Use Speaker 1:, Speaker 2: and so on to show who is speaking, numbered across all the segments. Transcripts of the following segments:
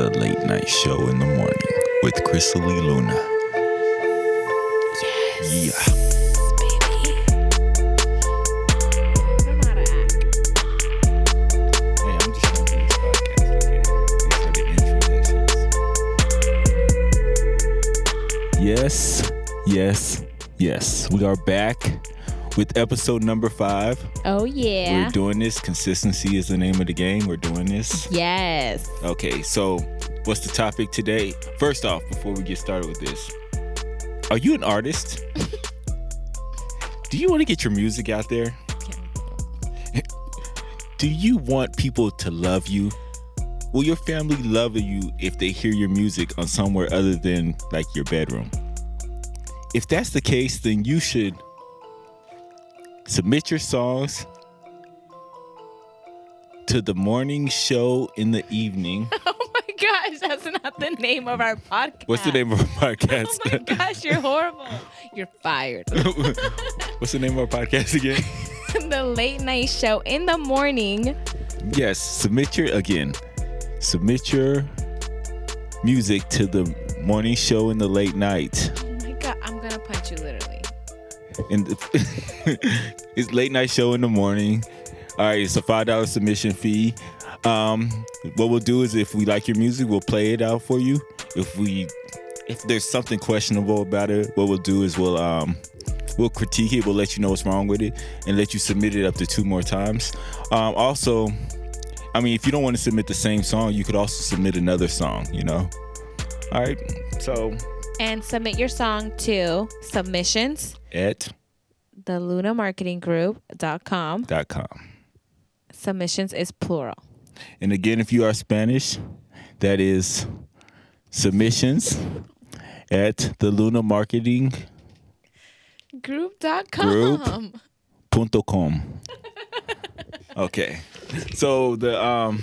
Speaker 1: Midnight Show in the Morning with Chrisalie Luna. Yes. Yeah. I'm just going through this podcast, okay? These are the introductions. Yes, yes, yes. We are back with episode number five.
Speaker 2: Oh yeah.
Speaker 1: We're doing this. Consistency is the name of the game. We're doing this.
Speaker 2: yes.
Speaker 1: Okay, so what's the topic today? First off, before we get started with this, are you an artist? Do you want to get your music out there? Do you want people to love you? Will your family love you if they hear your music on somewhere other than like your bedroom? If that's the case, then you should submit your songs to the morning show in the evening.
Speaker 2: Oh my gosh, that's not the name of our podcast.
Speaker 1: What's the name of our podcast?
Speaker 2: Oh my gosh, you're horrible. You're fired.
Speaker 1: What's the name of our podcast again?
Speaker 2: the late night show in the morning.
Speaker 1: Yes, submit your again. Submit your music to the morning show in the late night.
Speaker 2: Oh my god, I'm gonna punch you literally.
Speaker 1: And it's late night show in the morning. All right, it's a five dollar submission fee. Um, what we'll do is if we like your music, we'll play it out for you. If we if there's something questionable about it, what we'll do is we'll um we'll critique it, we'll let you know what's wrong with it, and let you submit it up to two more times. Um, also, I mean, if you don't want to submit the same song, you could also submit another song. You know. All right. So
Speaker 2: And submit your song to submissions,
Speaker 1: at
Speaker 2: the lunamarketinggroup.com.
Speaker 1: dot com.
Speaker 2: Submissions is plural.
Speaker 1: And again, if you are Spanish, that is submissions at the Luna Marketing
Speaker 2: Group.com.
Speaker 1: Group. punto com. okay. So the um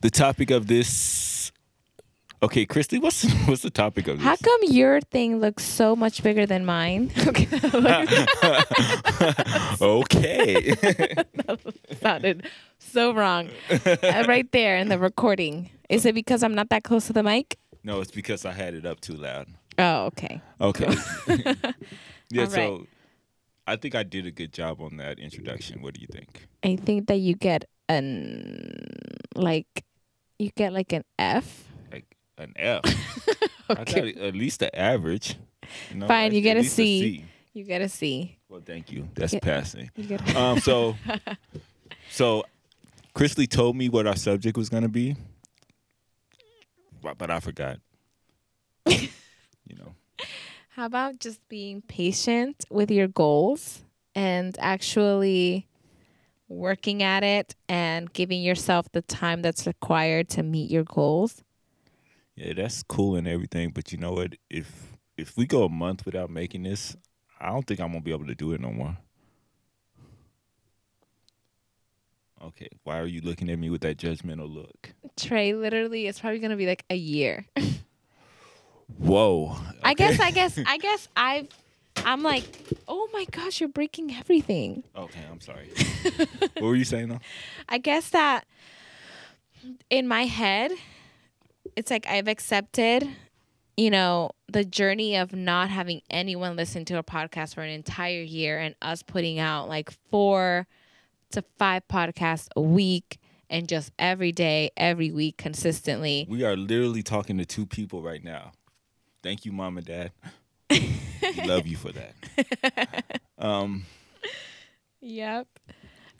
Speaker 1: the topic of this Okay, Christy, what's what's the topic of this?
Speaker 2: How come your thing looks so much bigger than mine? Okay, that
Speaker 1: okay.
Speaker 2: sounded so wrong. Uh, right there in the recording. Is it because I'm not that close to the mic?
Speaker 1: no, it's because I had it up too loud.
Speaker 2: Oh, okay.
Speaker 1: Okay. yeah,
Speaker 2: Oh. All right.
Speaker 1: so I think I did a good job on that introduction. What do you think?
Speaker 2: I think that you get an like you get like an F.
Speaker 1: Like an F. I
Speaker 2: Okay.
Speaker 1: got at least the average. know,
Speaker 2: Fine,
Speaker 1: at-
Speaker 2: you get
Speaker 1: at
Speaker 2: a
Speaker 1: least
Speaker 2: C. You get a C.
Speaker 1: Well, thank you. That's
Speaker 2: Yeah.
Speaker 1: passing.
Speaker 2: You get a
Speaker 1: Um, so, so, Chrisley told me what our subject was gonna be, but but I forgot. you know,
Speaker 2: How about just being patient with your goals and actually working at it and giving yourself the time that's required to meet your goals?
Speaker 1: yeah, that's cool and everything, but you know what? If if we go a month without making this, I don't think I'm gonna be able to do it no more. Okay, why are you looking at me with that judgmental look?
Speaker 2: Trey literally it's probably going to be like a year.
Speaker 1: Whoa.
Speaker 2: I guess
Speaker 1: okay.
Speaker 2: I guess I guess I've I'm like, "Oh my gosh, you're breaking everything."
Speaker 1: Okay, I'm sorry. what were you saying though?
Speaker 2: I guess that in my head, it's like I've accepted, you know, the journey of not having anyone listen to a podcast for an entire year and us putting out like four to five podcasts a week and just every day, every week consistently.
Speaker 1: We are literally talking to two people right now. Thank you, mom and dad. we love you for that. Um,
Speaker 2: Yep.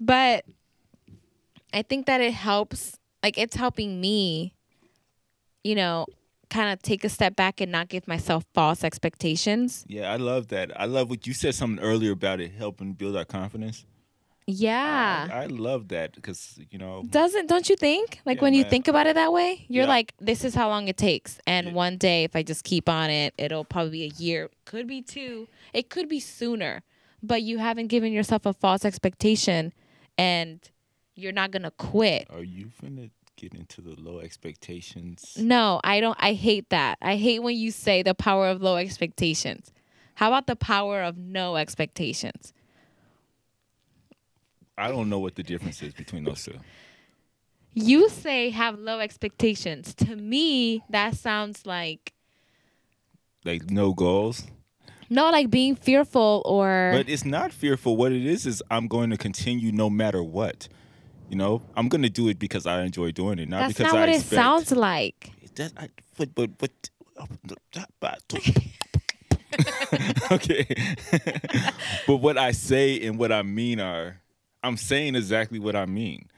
Speaker 2: But I think that it helps, like, it's helping me, you know, kind of take a step back and not give myself false expectations.
Speaker 1: yeah, I love that. I love what you said something earlier about it helping build our confidence.
Speaker 2: Yeah.
Speaker 1: I, I love that because you know
Speaker 2: Doesn't, don't you think? Like,
Speaker 1: Yeah,
Speaker 2: when you
Speaker 1: man.
Speaker 2: think about it that way, you're
Speaker 1: Yeah.
Speaker 2: like, this is how long it takes. And
Speaker 1: Yeah.
Speaker 2: one day, if I just keep on it, it'll probably be a year, could be two, it could be sooner. But you haven't given yourself a false expectation and you're not going to quit.
Speaker 1: are you finna get into the low expectations?
Speaker 2: No, I don't. I hate that. I hate when you say the power of low expectations. How about the power of no expectations?
Speaker 1: I don't know what the difference is between those two.
Speaker 2: You say have low expectations. To me, that sounds like
Speaker 1: Like no goals.
Speaker 2: no, like being fearful or
Speaker 1: But it's not fearful. What it is is I'm going to continue no matter what. You know, I'm going to do it because I enjoy doing it, not
Speaker 2: that's
Speaker 1: because
Speaker 2: not what
Speaker 1: I
Speaker 2: it
Speaker 1: expect.
Speaker 2: sounds like.
Speaker 1: That, I, but, but, oh, but, okay. but what I say and what I mean are, I'm saying exactly what I mean.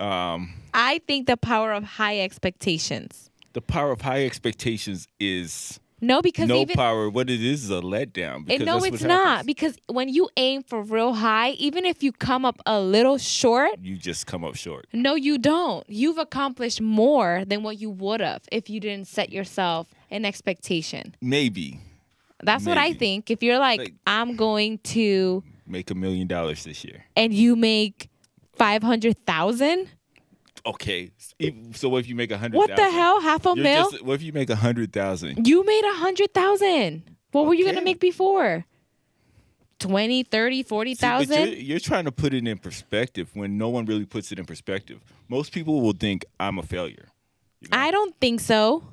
Speaker 1: Um,
Speaker 2: I think the power of high expectations.
Speaker 1: the power of high expectations is
Speaker 2: No, because
Speaker 1: no
Speaker 2: even
Speaker 1: power. What it is is a letdown.
Speaker 2: and
Speaker 1: Because
Speaker 2: no,
Speaker 1: that's
Speaker 2: it's
Speaker 1: what
Speaker 2: not
Speaker 1: happens.
Speaker 2: because when you aim for real high, even if you come up a little short,
Speaker 1: You just come up short.
Speaker 2: No, you don't. You've accomplished more than what you would have if you didn't set yourself an expectation.
Speaker 1: Maybe
Speaker 2: That's what I
Speaker 1: Maybe.
Speaker 2: think. If you're like,
Speaker 1: Like-
Speaker 2: I'm going to,
Speaker 1: make a million dollars this year.
Speaker 2: and you make 500,000,
Speaker 1: Okay. s- if- So what if you make a hundred?
Speaker 2: what the hell? Half a
Speaker 1: You're
Speaker 2: mil?
Speaker 1: just- what if you make a hundred thousand?
Speaker 2: you made a 100,000. What were you going to
Speaker 1: Okay.
Speaker 2: make before? 20, 30,
Speaker 1: See, but
Speaker 2: 40,000?
Speaker 1: You're, you're trying to put it in perspective when no one really puts it in perspective. Most people will think I'm a failure. you know?
Speaker 2: I don't think so.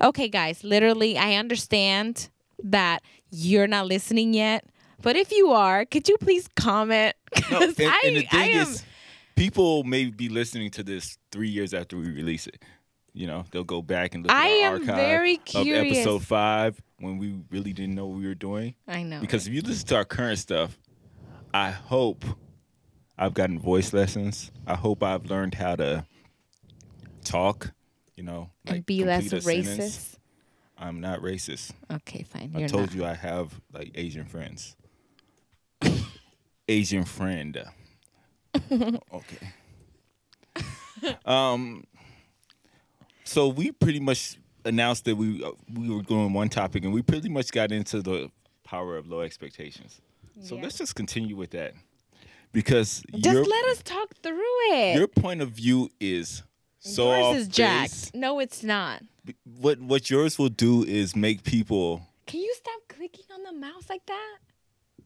Speaker 2: Okay, guys, literally, I understand that you're not listening yet. But if you are, could you please comment?
Speaker 1: No, and,
Speaker 2: 'Cause I,
Speaker 1: and the
Speaker 2: I
Speaker 1: thing
Speaker 2: am,
Speaker 1: is, people may be listening to this three years after we release it. You know, they'll go back and look
Speaker 2: I
Speaker 1: at our
Speaker 2: am
Speaker 1: archive
Speaker 2: very
Speaker 1: of
Speaker 2: curious.
Speaker 1: episode five when we really didn't know what we were doing.
Speaker 2: I know.
Speaker 1: Because if you listen to our current stuff, I hope I've gotten voice lessons. I hope I've learned how to talk. You know,
Speaker 2: and
Speaker 1: like,
Speaker 2: be less
Speaker 1: complete a
Speaker 2: racist.
Speaker 1: sentence. I'm not racist.
Speaker 2: Okay, fine.
Speaker 1: I
Speaker 2: you're
Speaker 1: told
Speaker 2: not.
Speaker 1: you I have like Asian friends. Asian friend. okay. um. So we pretty much announced that we uh, we were doing one topic, and we pretty much got into the power of low expectations. So
Speaker 2: Yeah.
Speaker 1: let's just continue with that, because
Speaker 2: Just
Speaker 1: your
Speaker 2: let us talk through it.
Speaker 1: your point of view is so off
Speaker 2: Yours is
Speaker 1: base.
Speaker 2: jacked. No, it's not.
Speaker 1: What what yours will do is make people
Speaker 2: Can you stop clicking on the mouse like that?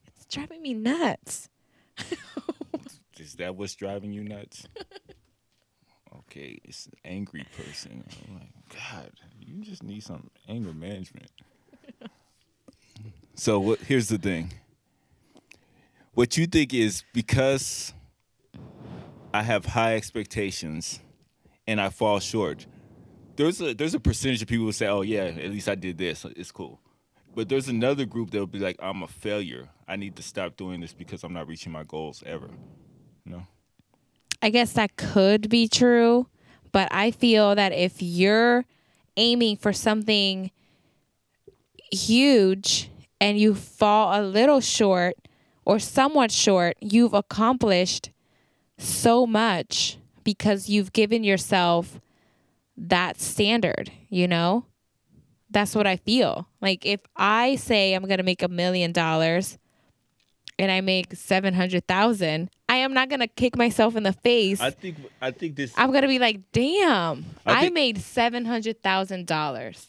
Speaker 2: It's driving me nuts.
Speaker 1: Is that what's driving you nuts? okay, it's an angry person. I'm like, God, you just need some anger management. so what here's the thing. What you think is because I have high expectations and I fall short. There's a there's a percentage of people who say, "Oh yeah, at least I did this. It's cool." But there's another group that will be like, "I'm a failure. I need to stop doing this because I'm not reaching my goals ever." No.
Speaker 2: I guess that could be true, but I feel that if you're aiming for something huge and you fall a little short or somewhat short, you've accomplished so much because you've given yourself that standard, you know? That's what I feel. Like if I say I'm going to make a million dollars and I make 700,000, I am not going to kick myself in the face.
Speaker 1: I think I think this
Speaker 2: I'm gonna be like, damn,
Speaker 1: I
Speaker 2: I,
Speaker 1: think-
Speaker 2: made seven hundred thousand dollars.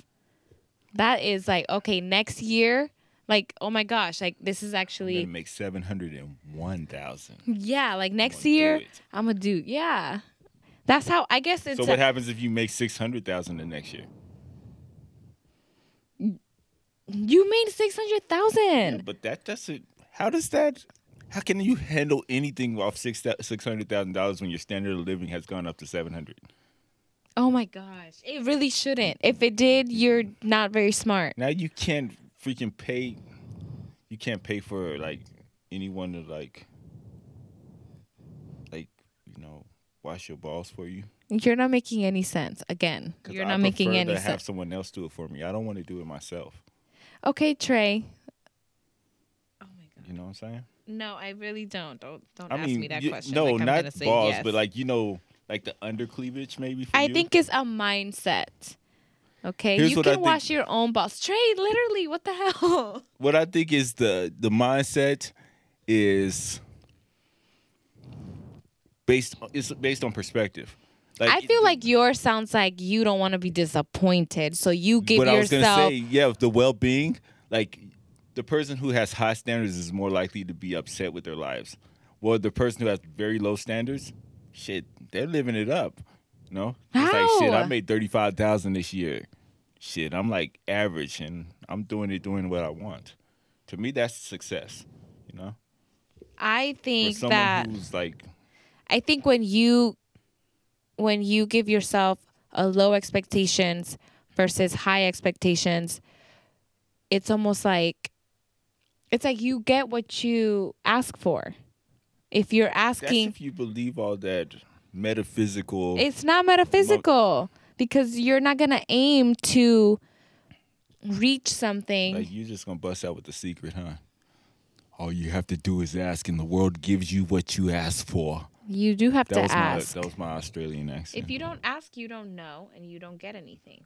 Speaker 2: That is like, okay, next year, like, oh my gosh, like this
Speaker 1: I'm
Speaker 2: is
Speaker 1: gonna
Speaker 2: actually
Speaker 1: make seven hundred and one thousand.
Speaker 2: yeah, like next
Speaker 1: do
Speaker 2: year
Speaker 1: it.
Speaker 2: I'm gonna do yeah. That's how I guess it's
Speaker 1: So
Speaker 2: a-
Speaker 1: what happens if you make six hundred thousand the next year?
Speaker 2: you made six hundred thousand.
Speaker 1: But that doesn't. How does that? How can you handle anything off six six hundred thousand dollars when your standard of living has gone up to seven hundred?
Speaker 2: Oh my gosh. It really shouldn't. If it did, you're not very smart.
Speaker 1: Now you can't freaking pay. You can't pay for like anyone to like, like you know, wash your balls for you.
Speaker 2: You're not making any sense. Again.
Speaker 1: 'Cause
Speaker 2: You're
Speaker 1: I
Speaker 2: not making
Speaker 1: prefer
Speaker 2: any
Speaker 1: to
Speaker 2: sense.
Speaker 1: Have someone else do it for me. I don't want to do it myself.
Speaker 2: Okay, Trey. Oh my god.
Speaker 1: You know what I'm saying?
Speaker 2: No, I really don't. Don't don't
Speaker 1: I
Speaker 2: ask
Speaker 1: mean,
Speaker 2: me that
Speaker 1: you-
Speaker 2: question.
Speaker 1: no,
Speaker 2: like, I'm gonna
Speaker 1: not
Speaker 2: say
Speaker 1: balls,
Speaker 2: yes.
Speaker 1: but like you know, like the under cleavage maybe. For
Speaker 2: I
Speaker 1: you.
Speaker 2: think it's a mindset. Okay,
Speaker 1: Here's
Speaker 2: you
Speaker 1: what I
Speaker 2: can
Speaker 1: think-
Speaker 2: wash your own balls. Trey, literally, what the hell?
Speaker 1: what I think is the the mindset is based it's based on perspective. Like
Speaker 2: I feel like yours sounds like you don't want to be disappointed, so you give
Speaker 1: what I was gonna
Speaker 2: yourself.
Speaker 1: say, yeah, the well being, like the person who has high standards is more likely to be upset with their lives. Well, the person who has very low standards, shit, they're living it up. No, it's like shit. I
Speaker 2: How?
Speaker 1: made thirty five thousand this year. Shit, I'm like average, and I'm doing it doing what I want. To me, that's success. You know,
Speaker 2: I
Speaker 1: for
Speaker 2: think
Speaker 1: someone
Speaker 2: that
Speaker 1: who's like,
Speaker 2: I think when you when you give yourself a low expectations versus high expectations, it's almost like it's like you get what you ask for. If you're
Speaker 1: that's
Speaker 2: asking
Speaker 1: if you believe all that metaphysical.
Speaker 2: it's not metaphysical because you're not going to aim to reach something.
Speaker 1: Like you're just gonna bust out with the secret, huh? All you have to do is ask, and the world gives you what you ask for.
Speaker 2: you do have
Speaker 1: That
Speaker 2: to
Speaker 1: was
Speaker 2: ask.
Speaker 1: my that was my Australian accent.
Speaker 2: if you don't ask, you don't know and you don't get anything.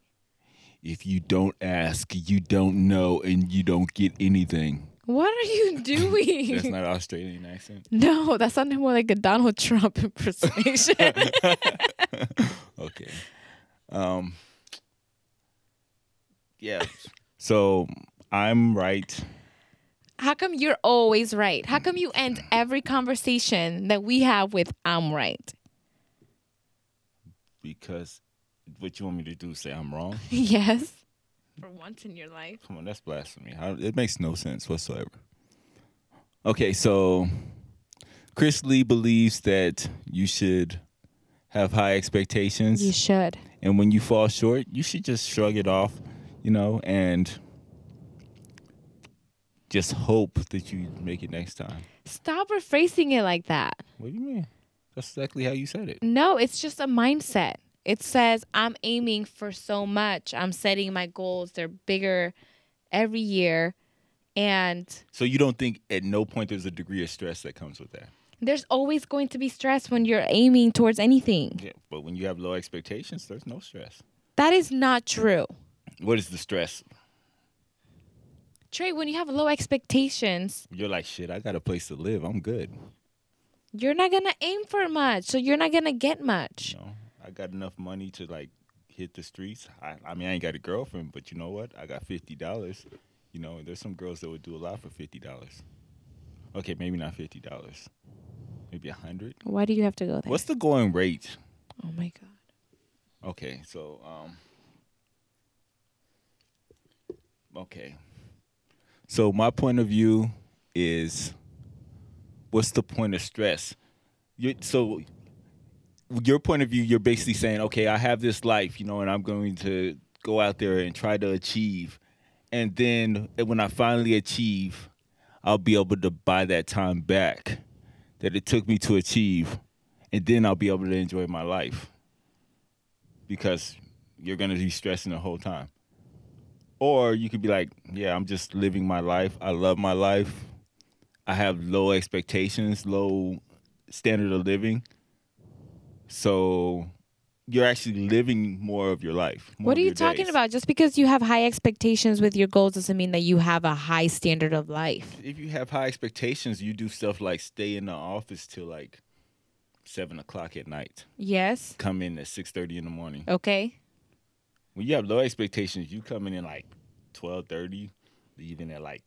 Speaker 1: if you don't ask, you don't know, and you don't get anything.
Speaker 2: What are you doing?
Speaker 1: That's not an Australian accent.
Speaker 2: No, that sounded more like a Donald Trump impersonation.
Speaker 1: Okay. Um. Yeah. So I'm right.
Speaker 2: How come you're always right? How come you end every conversation that we have with I'm right?
Speaker 1: because what you want me to do say I'm wrong?
Speaker 2: Yes. For once in your life.
Speaker 1: Come on, that's blasphemy. How, it makes no sense whatsoever. Okay, so Chris Lee believes that you should have high expectations,
Speaker 2: You should.
Speaker 1: and when you fall short, you should just shrug it off, you know, and just hope that you make it next time.
Speaker 2: Stop rephrasing it like that.
Speaker 1: What do you mean? That's exactly how you said it.
Speaker 2: No, it's just a mindset. It says I'm aiming for so much. I'm setting my goals. They're bigger every year. And
Speaker 1: So you don't think at no point there's a degree of stress that comes with that.
Speaker 2: there's always going to be stress when you're aiming towards anything.
Speaker 1: Yeah, but when you have low expectations, there's no stress.
Speaker 2: That is not true.
Speaker 1: What is the stress?
Speaker 2: Trey, when you have low expectations,
Speaker 1: You're like, shit, I got a place to live. I'm good.
Speaker 2: you're not gonna aim for much, so you're not gonna get much.
Speaker 1: You know, I got enough money to like hit the streets. I, I mean, I ain't got a girlfriend, but you know what? I got fifty dollars. You know, there's some girls that would do a lot for fifty dollars. Okay, maybe not fifty dollars. Maybe a hundred.
Speaker 2: Why do you have to go there?
Speaker 1: What's the going rate?
Speaker 2: oh my god.
Speaker 1: Okay, so um Okay. So my point of view is what's the point of stress? You so your point of view you're basically saying, "Okay, I have this life, you know, and I'm going to go out there and try to achieve." And then when I finally achieve, I'll be able to buy that time back that it took me to achieve, and then I'll be able to enjoy my life because you're gonna be stressing the whole time. Or you could be like, yeah, I'm just living my life. I love my life. I have low expectations, low standard of living. So you're actually living more of your life. more
Speaker 2: What
Speaker 1: of
Speaker 2: are you
Speaker 1: your
Speaker 2: talking
Speaker 1: days.
Speaker 2: about? Just because you have high expectations with your goals doesn't mean that you have a high standard of life.
Speaker 1: if you have high expectations, you do stuff like stay in the office till like seven o'clock at night,
Speaker 2: Yes.
Speaker 1: come in at six thirty in the morning.
Speaker 2: Okay.
Speaker 1: When you have low expectations, you coming in like twelve thirty, leaving at like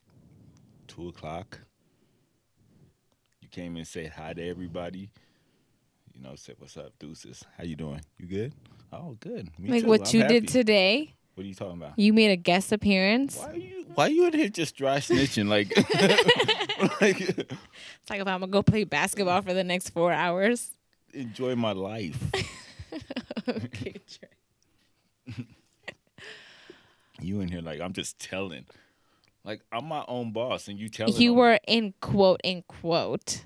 Speaker 1: two o'clock. You came in, said hi to everybody. You know, said what's up, deuces. How you doing? You good? Oh, good. Me
Speaker 2: like
Speaker 1: too.
Speaker 2: what
Speaker 1: I'm
Speaker 2: you
Speaker 1: happy."
Speaker 2: did today.
Speaker 1: What are you talking about?
Speaker 2: You made a guest appearance.
Speaker 1: Why are you Why you in here just dry snitching? Like, like
Speaker 2: It's like if I'm gonna go play basketball for the next four hours.
Speaker 1: enjoy my life.
Speaker 2: okay, Trey.
Speaker 1: You in here like I'm just telling. Like I'm my own boss and you telling
Speaker 2: You
Speaker 1: on me.
Speaker 2: were in quote in quote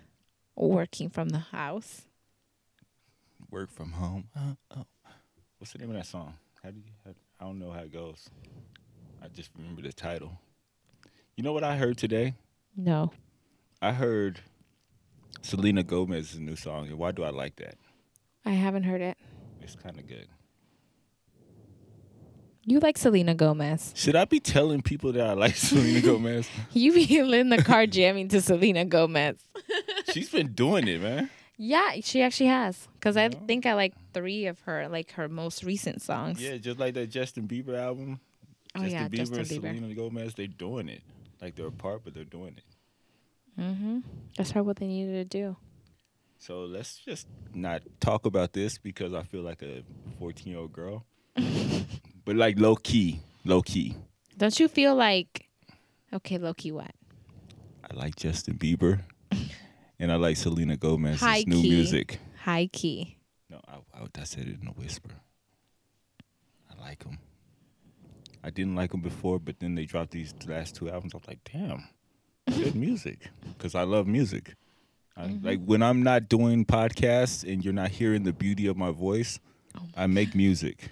Speaker 2: working from the house.
Speaker 1: work from home. Uh, oh. What's the name of that song? How do you how, I don't know how it goes. I just remember the title. You know what I heard today?
Speaker 2: No.
Speaker 1: I heard Selena Gomez's new song and why do I like that?
Speaker 2: I haven't heard it.
Speaker 1: It's kind of good.
Speaker 2: You like Selena Gomez.
Speaker 1: Should I be telling people that I like Selena Gomez?
Speaker 2: You be in the car jamming to Selena Gomez.
Speaker 1: She's been doing it, man.
Speaker 2: Yeah, she actually has. Because I
Speaker 1: Yeah.
Speaker 2: think I like three of her, like her most recent songs.
Speaker 1: Yeah, just like that Justin Bieber album.
Speaker 2: oh,
Speaker 1: Justin
Speaker 2: yeah,
Speaker 1: Bieber
Speaker 2: Justin
Speaker 1: and
Speaker 2: Bieber.
Speaker 1: Selena Gomez, they're doing it. Like they're apart, but they're doing it.
Speaker 2: Mm-hmm. That's probably what they needed to do.
Speaker 1: So let's just not talk about this because I feel like a 14 year old girl. but like low key, low key.
Speaker 2: Don't you feel like, okay, Loki, what?
Speaker 1: I like Justin Bieber and I like Selena Gomez's
Speaker 2: High
Speaker 1: new
Speaker 2: key.
Speaker 1: music.
Speaker 2: High key.
Speaker 1: No, I, I, I said it in a whisper. I like them. I didn't like them before, but then they dropped these last two albums. I'm like, damn, good music. Because I love music. I, Like when I'm not doing podcasts and you're not hearing the beauty of my voice, I make music.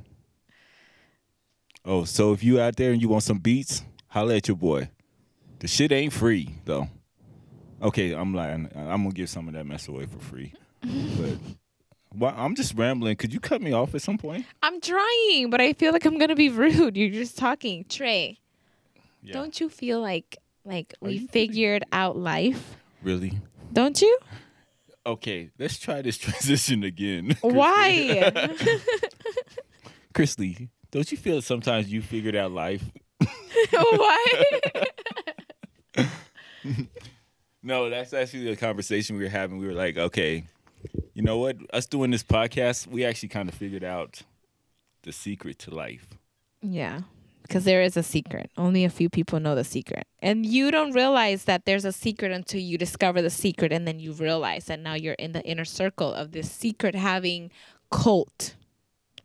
Speaker 1: Oh, so if you out there and you want some beats, holla at your boy. The shit ain't free though. Okay, I'm lying. I- I'm gonna give some of that mess away for free. But well, I'm just rambling. Could you cut me off at some point?
Speaker 2: I'm trying, but I feel like I'm gonna be rude. You're just talking, Trey.
Speaker 1: Yeah.
Speaker 2: Don't you feel like like
Speaker 1: Are you
Speaker 2: we
Speaker 1: kidding?
Speaker 2: figured out life?
Speaker 1: Really?
Speaker 2: Don't you?
Speaker 1: Okay, let's try this transition again.
Speaker 2: Why?
Speaker 1: Chrisley, don't you feel sometimes you figured out life?
Speaker 2: Why?
Speaker 1: No, that's actually the conversation we were having. We were like, okay, you know what? Us doing this podcast, we actually kind of figured out the secret to life.
Speaker 2: yeah. Because there is a secret. Only a few people know the secret. And you don't realize that there's a secret until you discover the secret. And then you realize that now you're in the inner circle of this secret having cult.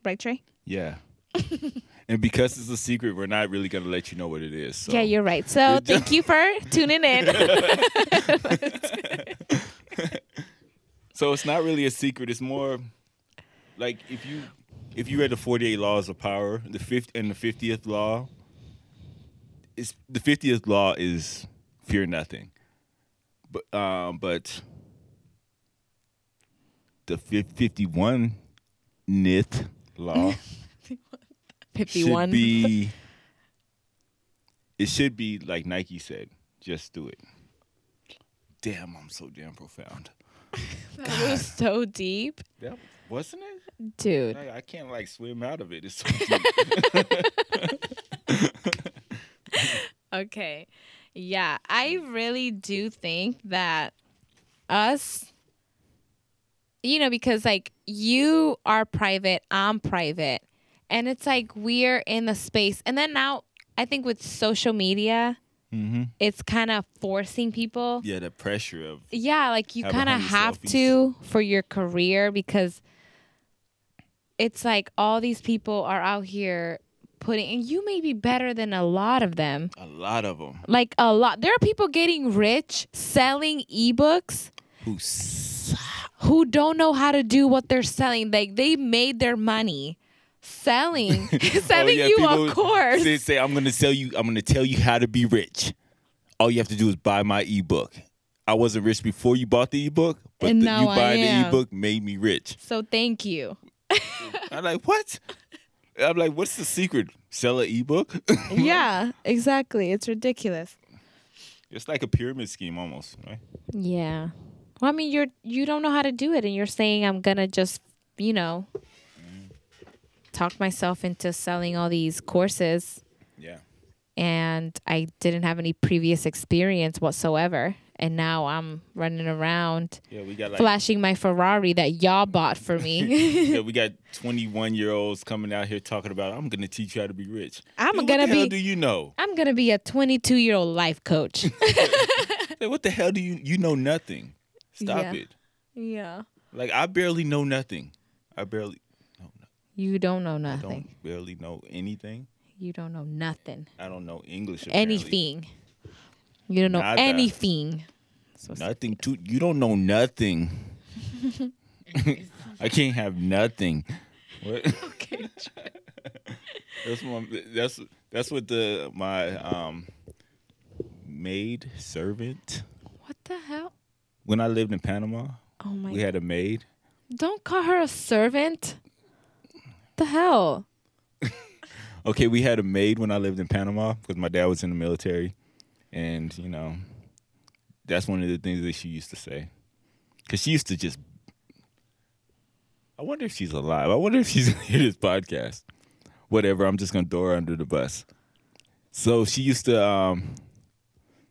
Speaker 2: Right, Trey?
Speaker 1: Yeah. and because it's a secret, we're not really going to let you know what it is. So.
Speaker 2: Yeah, you're right. So
Speaker 1: Good job.
Speaker 2: thank you for tuning in.
Speaker 1: So it's not really a secret. It's more like if you if you read the 48 laws of power, the fifth and the 50th law, it's the 50th law is fear nothing. But um but the 51 nith law should
Speaker 2: 51.
Speaker 1: be it should be like Nike said, just do it. Damn, I'm so damn profound.
Speaker 2: That was so deep.
Speaker 1: That wasn't it?
Speaker 2: Dude.
Speaker 1: Like, I can't like swim out of it. It's so deep.
Speaker 2: Okay. Yeah, I
Speaker 1: Mm.
Speaker 2: really do think that us you know because like you are private, I'm private. And it's like we're in the space. And then now I think with social media,
Speaker 1: mm-hmm.
Speaker 2: it's kind of forcing people.
Speaker 1: Yeah, the pressure of
Speaker 2: Yeah, like you
Speaker 1: Have a
Speaker 2: kind of
Speaker 1: hundred
Speaker 2: have
Speaker 1: selfies.
Speaker 2: to for your career because it's like all these people are out here putting and you may be better than a lot of them
Speaker 1: a lot of them
Speaker 2: like a lot. There are people getting rich selling ebooks
Speaker 1: who suck.
Speaker 2: who don't know how to do what they're selling. Like they made their money selling, selling
Speaker 1: Oh, yeah,
Speaker 2: you
Speaker 1: people
Speaker 2: a course.
Speaker 1: Say, say, I'm gonna sell you. I'm gonna tell you how to be rich. All you have to do is buy my ebook. I wasn't rich before you bought the ebook, but
Speaker 2: And
Speaker 1: the,
Speaker 2: now
Speaker 1: you
Speaker 2: I
Speaker 1: buying
Speaker 2: am.
Speaker 1: the ebook made me rich.
Speaker 2: so thank you.
Speaker 1: I'm like, what? I'm like, what's the secret? Sell an ebook?
Speaker 2: yeah, exactly. It's ridiculous.
Speaker 1: it's like a pyramid scheme almost, right?
Speaker 2: Yeah. Well, I mean, you're you don't know how to do it, and you're saying I'm gonna just, you know, talk myself into selling all these courses.
Speaker 1: Yeah.
Speaker 2: and I didn't have any previous experience whatsoever. And now I'm running around
Speaker 1: Yeah, we got like
Speaker 2: flashing my Ferrari that y'all bought for me.
Speaker 1: yeah, we got 21 year olds coming out here talking about, I'm going to teach you how to be rich.
Speaker 2: I'm
Speaker 1: Dude,
Speaker 2: gonna
Speaker 1: what the Hell
Speaker 2: be-
Speaker 1: do you know?
Speaker 2: I'm gonna be a 22 year old life coach.
Speaker 1: Like, what the hell do you? You know nothing. Stop
Speaker 2: Yeah.
Speaker 1: it.
Speaker 2: yeah.
Speaker 1: Like I barely know nothing. I barely no, no,
Speaker 2: You don't know
Speaker 1: I
Speaker 2: nothing.
Speaker 1: don't barely know anything.
Speaker 2: You don't know nothing.
Speaker 1: I don't know English. apparently.
Speaker 2: Anything. You don't know
Speaker 1: Nada.
Speaker 2: anything. So it's-
Speaker 1: Nothing. To, you don't know nothing. I can't have nothing. What?
Speaker 2: okay.
Speaker 1: That's my, that's that's what the my um maid servant
Speaker 2: What the hell?
Speaker 1: when I lived in Panama.
Speaker 2: Oh my!
Speaker 1: We had a maid.
Speaker 2: Don't call her a servant. The hell?
Speaker 1: Okay, we had a maid when I lived in Panama because my dad was in the military, and you know, that's one of the things that she used to say. Cause she used to just. I wonder if she's alive. I wonder if she's gonna hear this podcast. Whatever. I'm just gonna throw her under the bus. So she used to um,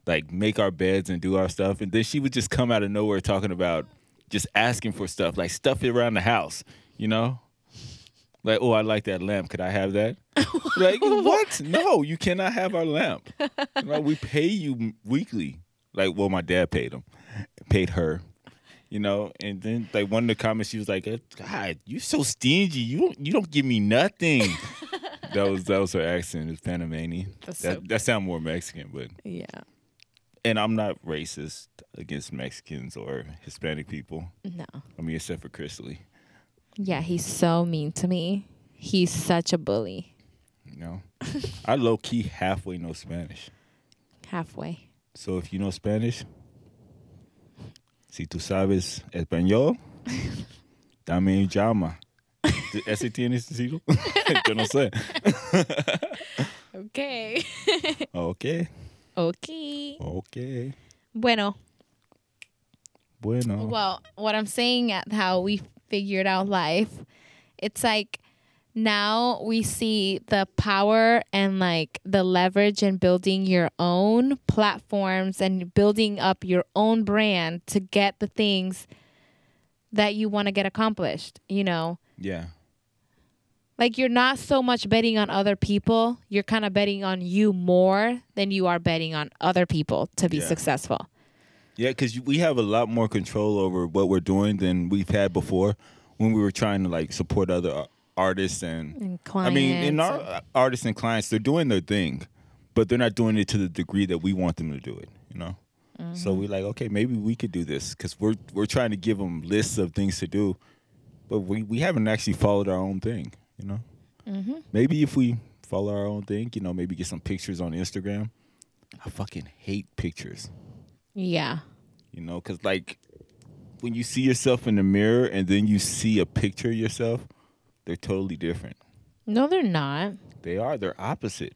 Speaker 1: like make our beds and do our stuff, and then she would just come out of nowhere talking about just asking for stuff, like stuff around the house, you know? Like, oh, I like that lamp. Could I have that? like, what? No, you cannot have our lamp. You know, we pay you weekly. Like, well, my dad paid him, paid her, you know. And then, like, one of the comments, she was like, "Uh, "God, you're so stingy. You don't, you don't give me nothing." that was that was her accent. It's Panamanian.
Speaker 2: That's
Speaker 1: that
Speaker 2: so-
Speaker 1: that sound more Mexican, but
Speaker 2: Yeah.
Speaker 1: and I'm not racist against Mexicans or Hispanic people.
Speaker 2: No.
Speaker 1: I mean, except for Chris Lee,
Speaker 2: Yeah, he's so mean to me. He's such a bully.
Speaker 1: you know. I low key halfway know Spanish.
Speaker 2: Halfway.
Speaker 1: So if you know Spanish, si tú sabes español, dame un llama. ¿Ese tienes siglo? Yo no sé.
Speaker 2: Okay.
Speaker 1: Okay,
Speaker 2: okay.
Speaker 1: okay.
Speaker 2: Bueno.
Speaker 1: Bueno.
Speaker 2: Well, what I'm saying at how we figured out life, it's like now we see the power and like the leverage in building your own platforms and building up your own brand to get the things that you want to get accomplished, you know.
Speaker 1: Yeah.
Speaker 2: Like you're not so much betting on other people, you're kind of betting on you more than you are betting on other people to be
Speaker 1: Yeah.
Speaker 2: successful.
Speaker 1: Yeah, because we have a lot more control over what we're doing than we've had before when we were trying to like support other ar- artists and.
Speaker 2: And
Speaker 1: I
Speaker 2: clients.
Speaker 1: mean, in our
Speaker 2: and-
Speaker 1: uh, artists and clients, they're doing their thing, but they're not doing it to the degree that we want them to do it. You know, so
Speaker 2: Mm-hmm.
Speaker 1: we're like, okay, maybe we could do this because we're we're trying to give them lists of things to do, but we we haven't actually followed our own thing. You know,
Speaker 2: Mm-hmm.
Speaker 1: maybe if we follow our own thing, you know, maybe get some pictures on Instagram. I fucking hate pictures.
Speaker 2: yeah.
Speaker 1: You know, because like when you see yourself in the mirror and then you see a picture of yourself, they're totally different.
Speaker 2: No, they're not.
Speaker 1: They are. They're opposite.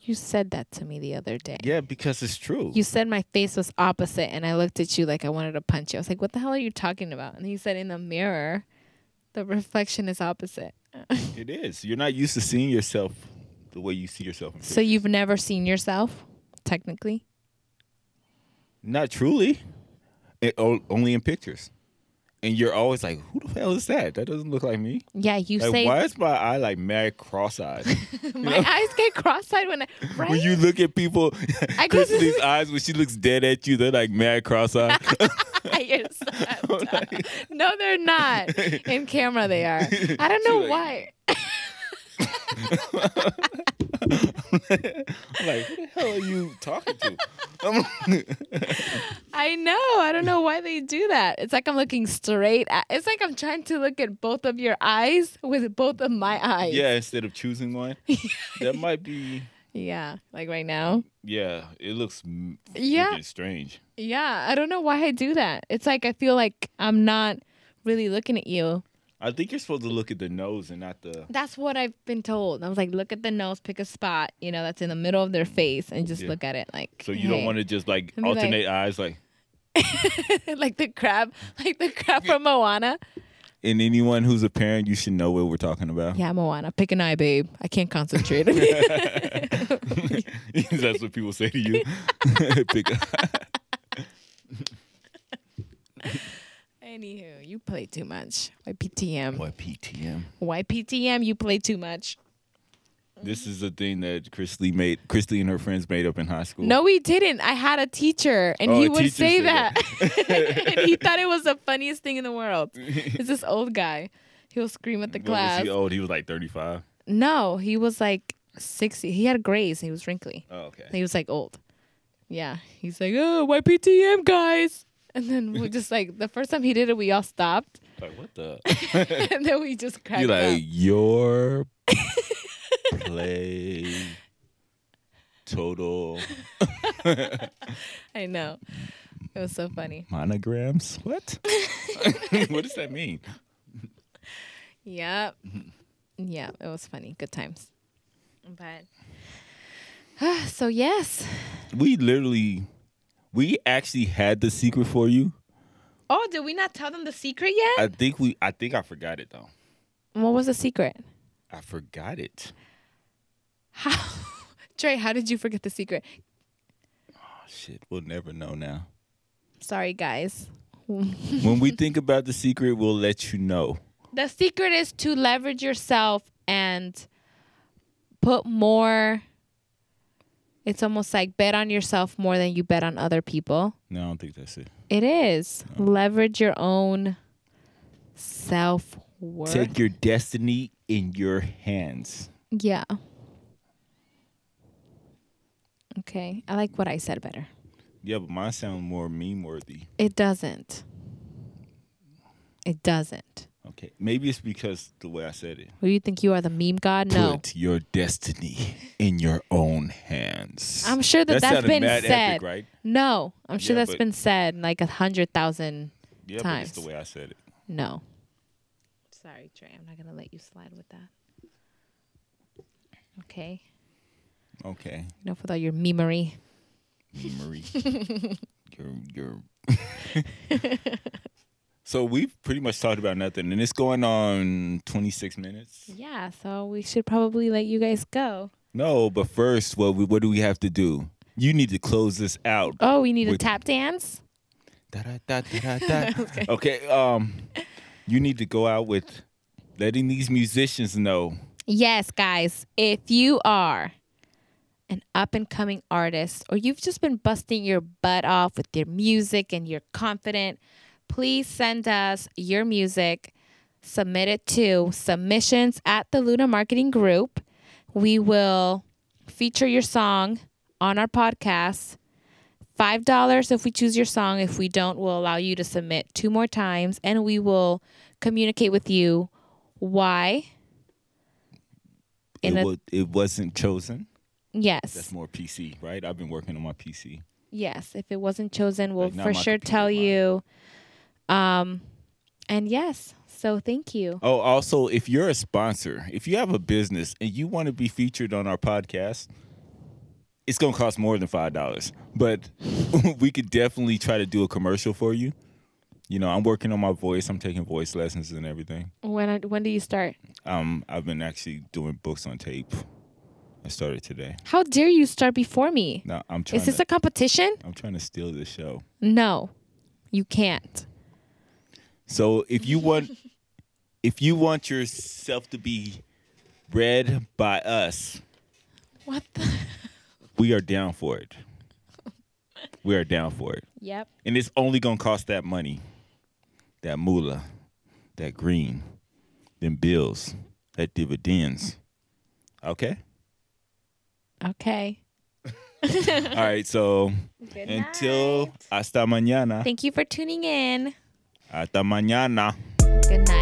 Speaker 2: You said that to me the other day.
Speaker 1: Yeah, because it's true.
Speaker 2: You said my face was opposite, and I looked at you like I wanted to punch you. I was like, "What the hell are you talking about?" And you said, "In the mirror, the reflection is opposite."
Speaker 1: it is. You're not used to seeing yourself the way you see yourself. In
Speaker 2: So
Speaker 1: pictures.
Speaker 2: you've never seen yourself, technically.
Speaker 1: not truly. It, o- only in pictures. And you're always like, who the hell is that? That doesn't look like me.
Speaker 2: Yeah, you
Speaker 1: Like,
Speaker 2: say
Speaker 1: why is my eye like mad cross-eyed?
Speaker 2: my eyes get cross-eyed when I right.
Speaker 1: when you lee's people,
Speaker 2: I guess-
Speaker 1: Christie's eyes, when she looks dead at you, they're like mad cross-eyed.
Speaker 2: You're so dumb. no, they're not. In camera, they are. I don't know
Speaker 1: She's like-
Speaker 2: why.
Speaker 1: I'm like, who the hell are you talking to?
Speaker 2: I know. I don't know why they do that. It's like I'm looking straight at. It's like I'm trying to look at both of your eyes with both of my eyes.
Speaker 1: yeah, instead of choosing one, that might be.
Speaker 2: Yeah. Like right now.
Speaker 1: Yeah, it looks m-
Speaker 2: Yeah.
Speaker 1: freaking strange.
Speaker 2: Yeah. I don't know why I do that. It's like I feel like I'm not really looking at you.
Speaker 1: I think you're supposed to look at the nose and not the.
Speaker 2: That's what I've been told. I was like, look at the nose, pick a spot, you know, that's in the middle of their face, and just
Speaker 1: Yeah.
Speaker 2: look at it like.
Speaker 1: So you don't want to just like
Speaker 2: I'd be like-
Speaker 1: alternate eyes, like.
Speaker 2: to. like the crab, like the crab from Moana.
Speaker 1: And anyone who's a parent, you should know what we're talking about.
Speaker 2: Yeah, Moana, pick an eye, babe. I can't concentrate.
Speaker 1: That's what people say to you. Pick
Speaker 2: Anywho, you play too much. YPTM.
Speaker 1: What PTM?
Speaker 2: YPTM, you play too much.
Speaker 1: This is the thing that Chris Lee made. Chris Lee and her friends made up in high school.
Speaker 2: No, he didn't. I had a teacher, and
Speaker 1: Oh,
Speaker 2: he
Speaker 1: a
Speaker 2: would
Speaker 1: teacher
Speaker 2: say
Speaker 1: said
Speaker 2: that. and he thought it was the funniest thing in the world. It's this old guy. He'll scream at the
Speaker 1: What
Speaker 2: class.
Speaker 1: Was he old? He was like 35.
Speaker 2: No, he was like 60. He had grays. He was wrinkly.
Speaker 1: Oh, okay.
Speaker 2: He was like old. Yeah. He's like, oh, YPTM, guys. And then we just like, the first time he did it, we all stopped.
Speaker 1: Like what the?
Speaker 2: and then we just cracked
Speaker 1: You like
Speaker 2: up.
Speaker 1: your play total
Speaker 2: I know. It was so funny.
Speaker 1: monograms? What? what does that mean?
Speaker 2: Yep. Yeah, it was funny. Good times. But so yes.
Speaker 1: We literally, we actually had the secret for you.
Speaker 2: Oh, did we not tell them the secret yet?
Speaker 1: I think we, I think I forgot it though.
Speaker 2: what was the secret?
Speaker 1: I forgot it.
Speaker 2: How Trey, how did you forget the secret?
Speaker 1: Oh shit, we'll never know now.
Speaker 2: Sorry guys.
Speaker 1: when we think about the secret, we'll let you know.
Speaker 2: The secret is to leverage yourself and put more. It's almost like bet on yourself more than you bet on other people.
Speaker 1: No, I don't think that's it.
Speaker 2: It is leverage your own self worth.
Speaker 1: Take your destiny in your hands.
Speaker 2: yeah. Okay, I like what I said better.
Speaker 1: Yeah, but mine sound more meme worthy.
Speaker 2: It doesn't. It doesn't.
Speaker 1: Okay, maybe it's because the way I said it.
Speaker 2: Well, you think you are the meme god? No.
Speaker 1: Put your destiny in your own hands.
Speaker 2: I'm sure that,
Speaker 1: That
Speaker 2: that's
Speaker 1: sounded
Speaker 2: been
Speaker 1: mad epic,
Speaker 2: said.
Speaker 1: right?
Speaker 2: No, I'm sure
Speaker 1: Yeah,
Speaker 2: that's
Speaker 1: but-
Speaker 2: been said like a hundred thousand.
Speaker 1: yeah,
Speaker 2: times.
Speaker 1: but it's the way I said it.
Speaker 2: No. Sorry, Trey. I'm not gonna let you slide with that. Okay.
Speaker 1: Okay,
Speaker 2: Enough with all your memery.
Speaker 1: Marie. you're you're. so we've pretty much talked about nothing, and it's going on 26 minutes.
Speaker 2: Yeah. So we should probably let you guys go.
Speaker 1: No, but first, what we, what do we have to do? You need to close this out.
Speaker 2: Oh, we need a
Speaker 1: With-
Speaker 2: tap dance.
Speaker 1: Da-da-da-da-da-da. okay. Um, you need to go out with letting these musicians know.
Speaker 2: Yes, guys. If you are an up and coming artist or you've just been busting your butt off with your music and you're confident, please send us your music. Submit it to submissions at the Luna Marketing Group. We will feature your song on our podcast. $5 if we choose your song. If we don't, we'll allow you to submit two more times and we will communicate with you why.
Speaker 1: It,
Speaker 2: In a-
Speaker 1: wa- it wasn't chosen.
Speaker 2: Yes.
Speaker 1: That's more PC, right? I've been working on my PC.
Speaker 2: Yes, if it wasn't chosen, we'll
Speaker 1: Like, not
Speaker 2: for
Speaker 1: my
Speaker 2: sure
Speaker 1: computer,
Speaker 2: tell
Speaker 1: mine.
Speaker 2: you. Um, and yes, so thank you.
Speaker 1: Oh, also, if you're a sponsor, if you have a business and you want to be featured on our podcast, it's going to cost more than $5, but we could definitely try to do a commercial for you. You know, I'm working on my voice, I'm taking voice lessons and everything.
Speaker 2: When I, when do you start?
Speaker 1: Um, I've been actually doing books on tape. I started today.
Speaker 2: How dare you start before me?
Speaker 1: Now I'm trying.
Speaker 2: Is this
Speaker 1: to,
Speaker 2: a competition?
Speaker 1: I'm trying to steal this show.
Speaker 2: No, you can't.
Speaker 1: So if you want, if you want yourself to be read by us,
Speaker 2: What the?
Speaker 1: we are down for it. We are down for it,
Speaker 2: Yep.
Speaker 1: and it's only gonna cost that money, that moolah, that green, them bills, that dividends. Okay.
Speaker 2: Okay.
Speaker 1: All right. So
Speaker 2: Good
Speaker 1: until hasta mañana.
Speaker 2: Thank you for tuning in.
Speaker 1: Hasta mañana.
Speaker 2: Good night.